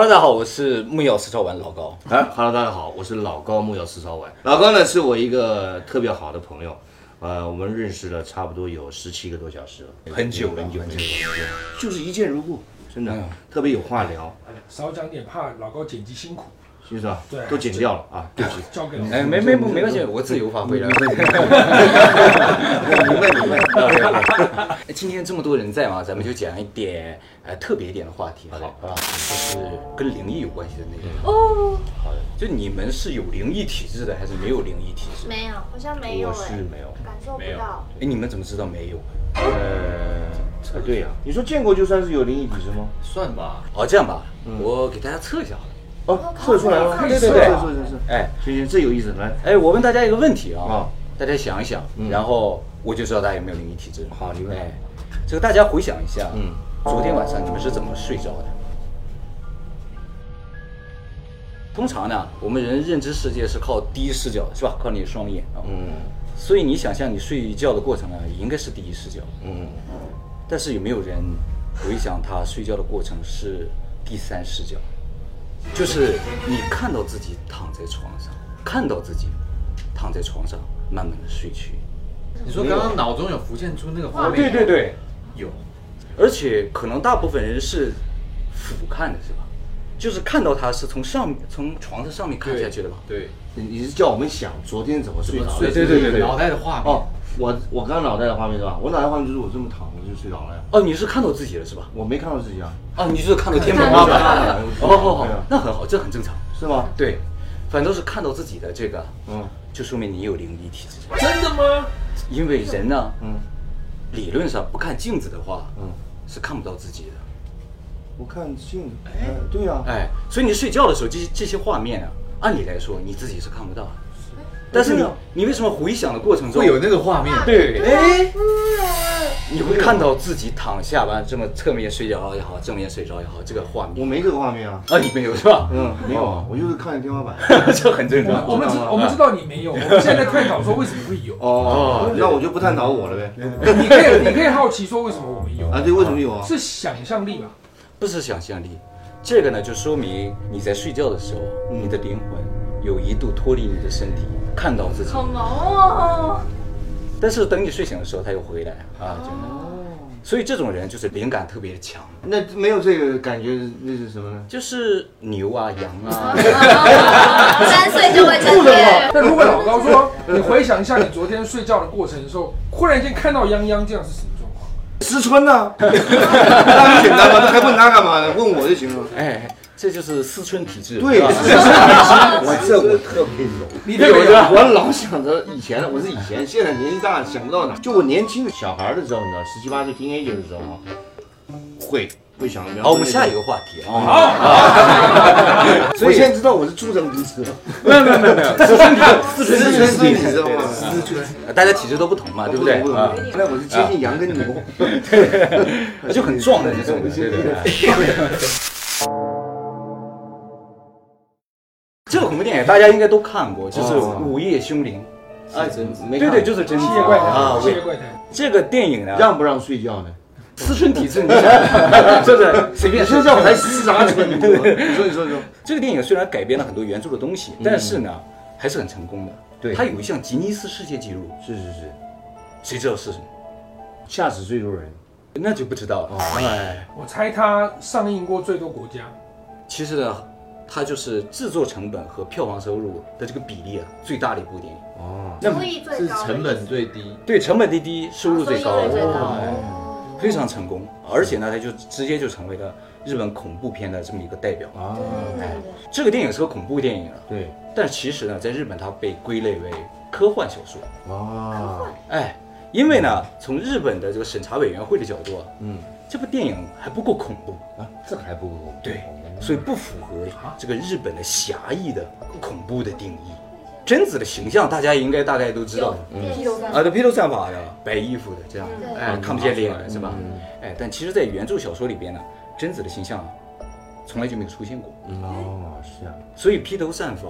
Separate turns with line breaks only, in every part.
Hello，大家好，我是木曜四超丸老高。
哎，Hello，大家好，我是老高木曜四超玩。老高呢是我一个特别好的朋友，呃，我们认识了差不多有十七个多小时了，
很久了
很久
很
很
久
久，对就是一见如故，嗯真的、特别有话聊，
少讲点，怕老高剪辑辛苦。
是吧？
对
都剪掉了啊，对不起。
交给老高。
哎，没没没没关系，我自由发挥了。
明白明白。
哎今天这么多人在啊嘛，咱们就讲一点呃特别一点的话题，好
好的
吧？就是跟灵异有关系的内容。
哦，
好的，
就你们是有灵异体质的，还是没有灵异体质？
没有，好像没有
我是
哎，
没有。
感受不
没有。
到。
哎，你们怎么知道没有？
呃，对呀、你说见过就算是有灵异体质吗？
算吧。哦，这样吧，我给大家测一下好了。
哦，测得出来吗？
可以
对
测
对
啊
对，测测测。
哎
行行，这有意思，来，
哎，我问大家一个问题啊，
啊
大家想一想，
嗯
然后我就知道大家有没有灵异体质。
好你问
哎，这个大家回想一下，嗯
嗯，
昨天晚上你们是怎么睡着的？通常呢，我们人认知世界是靠第一视角，是吧？靠你的双眼啊。嗯。
嗯
所以你想象你睡觉的过程呢，也应该是第一视角。
嗯，
但是有没有人回想他睡觉的过程是第三视角？就是你看到自己躺在床上，看到自己躺在床上慢慢的睡去。
你说刚刚脑中有浮现出那个画
哦，
面？
对对，对，
有。
而且可能大部分人是俯瞰的，是吧？就是看到他是从上面从床的上面看下去的吧？
对，
你你是叫我们想昨天怎么睡着的？
睡
对对对对
脑袋的画面。
哦，我我刚刚脑袋的画面是吧？我脑袋画面就是我这么躺，我就睡着了呀。
哦，你是看到自己了是吧？
我没看到自己啊，
哦，你就是看到天
看
花
到
板
天
了
花板。
哦，好好
对啊，
那很好，这很正常。
是吗？
对，反正是看到自己的这个，
嗯
就说明你有灵异体质。
真的吗？
因为人呢，
嗯
理论上不看镜子的话，
嗯，
是看不到自己的。
我看镜子，哎，对呀、啊，
哎，所以你睡觉的时候，这些这些画面啊，按理来说你自己是看不到的。但是
对
你
啊
你为什么回想的过程中
会有那个画面。
对，
哎，
你会看到自己躺下完这么侧面睡着也好，正面睡着也哎好，这个画
我
面
没这个画面啊，
啊，你没有是吧？
嗯，没有啊，我就是看着天花板。
这很正
嗯
常。
我们知我们知道你没有，我们现在探讨说为什么会有。
哦，那我就不探讨我了呗。
你可以你可以好奇说为什么我们有，
啊，对，为什么有啊？
是想象力吧？
不是想象力，这个呢就说明你在睡觉的时候，
嗯
你的灵魂有一度脱离你的身体，看到自己，
好萌哦！
但是等你睡醒的时候，他又回来啊，就那样。所以这种人就是灵感特别强，
那没有这个感觉，那是什么呢？
就是牛啊、羊啊，
三岁就会这样。
但如果老高说，你回想一下你昨天睡觉的过程的时候，忽然间看到泱泱这样是什么状况？
思春呐，那很简单嘛，那还问他干嘛呢？问我就行了。
哎，这就是思春体质。
对，啊
是 吧
我这我特别有。
你
有
有
的，我老想着以前了，我是以前，现在年纪大想不到哪。就我年轻的小孩的时候，你知道，十七八岁 teenager 的时候啊，会会想着。
好，我们下一个。话题啊。
啊所以现在知道我是猪长鼻子了。
没有没有没有没有， 思春体质，思春体质，
你知道吗？思春，
大家体质都不同嘛，对不对？啊，
那我是接近羊跟牛。
就很壮的那种人，对对对。 这个恐怖电影大家应该都看过，就是《午夜凶铃
哎，没》。
对
看
哦
啊
对，就是真
七
的
夜怪
啊
谈，。七夜
我
怪谈，
这个电影呢，
让不让睡 觉呢？
思春体 质，你想，是不 是随
你
便说
说这我才十啥春？你说你说你说。
这个电影虽然改编了很多原著的东西，但是呢，还是很成功的。
对
它有一项吉尼斯世界纪录，
是是是，
谁知道是什么？
吓死最多人。
那就不知道了。
哦
哎，
我猜他上映过最多国家，
其实呢，它就是制作成本和票房收入的这个比例啊，最大的一部电影。
哦，
厨艺最
是
高的，
成本最低。
对，成本最低，收入最高，
啊收益最高
哦
哎非常成功。而且呢，它就直接就成为了日本恐怖片的这么一个代表。
啊，
对嗯对
这个电影是个恐怖电影啊，
对，
但其实呢，在日本它被归类为科幻小说。
哇，
哎，因为呢，从日本的这个审查委员会的角度啊，
嗯，
这部电影还不够恐怖，
啊，这还不够。
对，所以不符合这个日本的狭义的恐怖的定义。贞子的形象大家应该大概都知道的，
对，第六
啊，对，披头散发的，白衣服的这样，
对
哎，看不见脸是吧？哎，但其实，在原著小说里边呢，贞子的形象啊从来就没有出现过，
哦，是啊，
所以披头散发、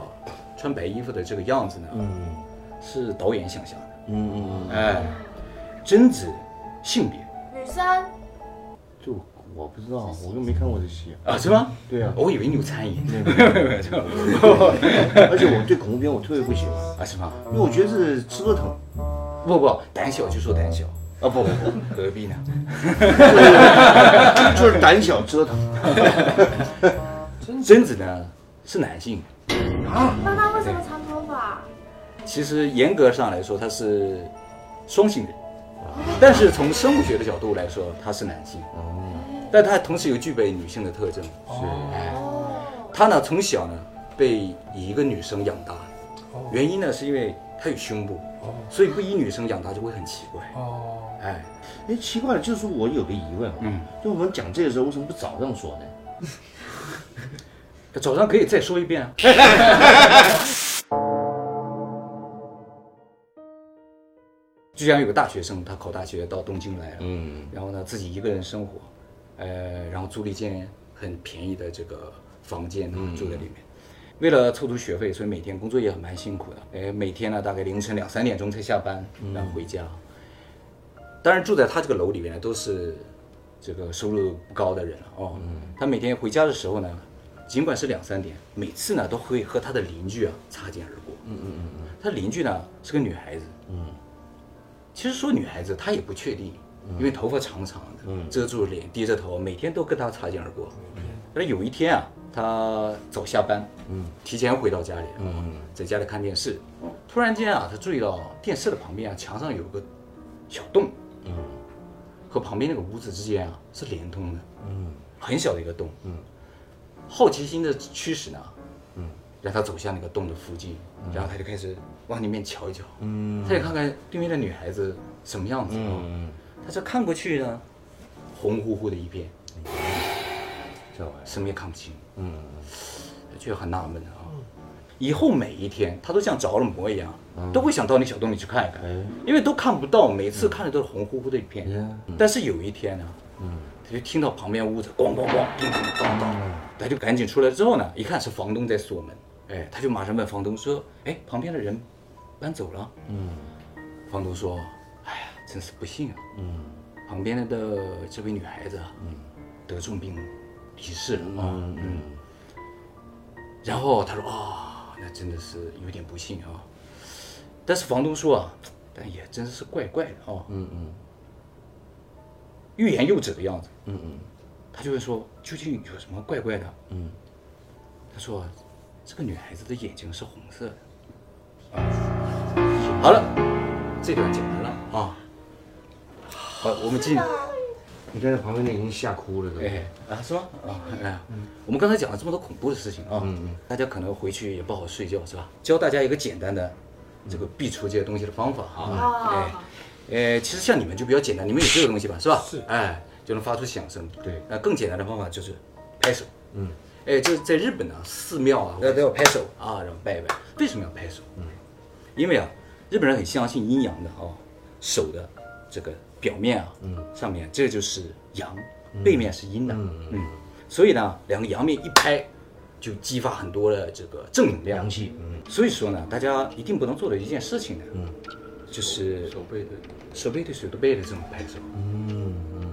穿白衣服的这个样子呢，
嗯
是导演想象的。
嗯嗯，
哎，贞子性别
女生
就我不知道，我都没看过这戏。
啊，是吗？
对啊
我以为你有参与
那个 而且我对恐怖片我特别不喜欢，
啊，是吗？
因为我觉得是折腾。
不不，胆小就说胆小，
啊不不不，
何必呢？
就是胆小折腾。
贞子呢是男性，
那他为什么长头发？
其实严格上来说他是双性人，但是从生物学的角度来说他是男性，
哦
但他同时又具备女性的特征。哎
哦，
他呢从小呢被以一个女生养大
哦，
原因呢是因为他有胸部，所以不以女生养大就会很奇怪。
哦，
哎，
哎，奇怪了，就是我有个疑问啊，
嗯，
就我们讲这个时候为什么不早上说呢？
早上可以再说一遍啊。就像有个大学生，他考大学到东京来了，
嗯，
然后呢自己一个人生活，呃，然后租了一间很便宜的这个房间，他住在里面。为了凑足学费，所以每天工作也蛮辛苦的。哎，每天呢大概凌晨两三点钟才下班，然后回家。当然住在他这个楼里面呢，都是这个收入不高的人了哦。他每天回家的时候呢，尽管是两三点，每次呢都会和他的邻居啊擦肩而过。嗯嗯嗯。他邻居呢是个女孩子。嗯。其实说女孩子，她也不确定，因为头发长长的，遮住脸，低着头，每天都跟他擦肩而过。但是有一天啊，他早下班，嗯，提前回到家里，嗯，在家里看电视，突然间啊，他注意到电视的旁边啊，墙上有个小洞，嗯，和旁边那个屋子之间啊是连通的，嗯，很小的一个洞，嗯，好奇心的驱使呢，嗯，让他走向那个洞的附近，然后他就开始往里面瞧一瞧，嗯，他也看看对面的女孩子什么样子，嗯，他这看过去呢，红乎乎的一片，哎
这玩意
什么也看不清。嗯，觉得很纳闷啊。以后每一天，他都像着了魔一样，都会想到那小洞里去看一看，因为都看不到，每次看的都是红乎乎的一片。但是有一天呢，他就听到旁边屋子咣咣咣、叮叮当当，他就赶紧出来之后呢，一看是房东在锁门，哎，他就马上问房东说：“哎，旁边的人搬走了？”嗯，房东说：“哎呀，真是不幸啊，嗯，旁边的这位女孩子，嗯，得重病离世了啊，嗯。然后他说：“啊、那真的是有点不幸啊。”但是房东说啊，但也真是怪怪的啊，嗯嗯，欲言又止的样子，嗯嗯，他就会说究竟有什么怪怪的，嗯，他说这个女孩子的眼睛是红色的，啊，好了，这段讲完了啊，好，我们进，
你刚才旁边那已经吓哭了，都。
哎啊是吗？啊哎呀，我们刚才讲了这么多恐怖的事情啊，大家可能回去也不好睡觉是吧？教大家一个简单的这个避除这些东西的方法啊，哎
哦，。
呃，其实像你们就比较简单，你们有这个东西吧，是吧？
是
哎，就能发出响声。
对
那更简单的方法就是拍手。嗯，哎，就是在日本呢，寺庙啊，都都要拍手啊，然后拜一拜。为什么要拍手？嗯，因为啊，日本人很相信阴阳的啊，手的这个表面啊，嗯，上面这就是阳，背面是阴的，嗯所以呢，两个阳面一拍，就激发很多的这个正能量
阳。气，嗯，
所以说呢，大家一定不能做的一件事情呢，嗯，就是
手背对，
手背对手背的这种拍手，嗯嗯，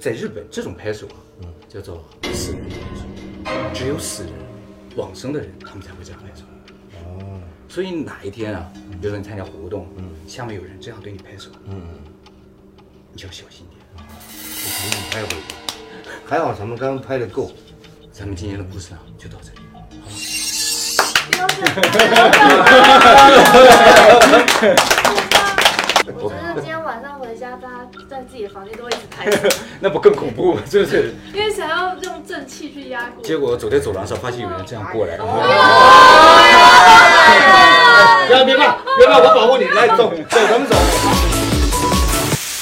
在日本这种拍手啊，叫做死人拍手，只有死人往生的人他们才会这样拍手。所以哪一天啊，比如说你参加活动，下面有人这样对你拍手，嗯，你就要小心
嗯
点。
赶紧拍回去。还好咱们刚刚拍的够，
咱们今天的故事啊，就到这里。
我 觉得今天晚上回家，大家在自己的房间都会一直拍手，
那不更恐怖吗？是不是？
因为想要用正气去压过。哦
结果走在走廊上，发现有人这样过来，哎然后
不要别怕，别怕，我保护你，来走走，咱们走。
嗯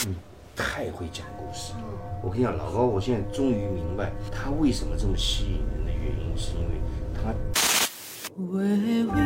你太会讲故事了，我跟你讲，老高，我现在终于明白他为什么这么吸引人的原因，是因为他
微微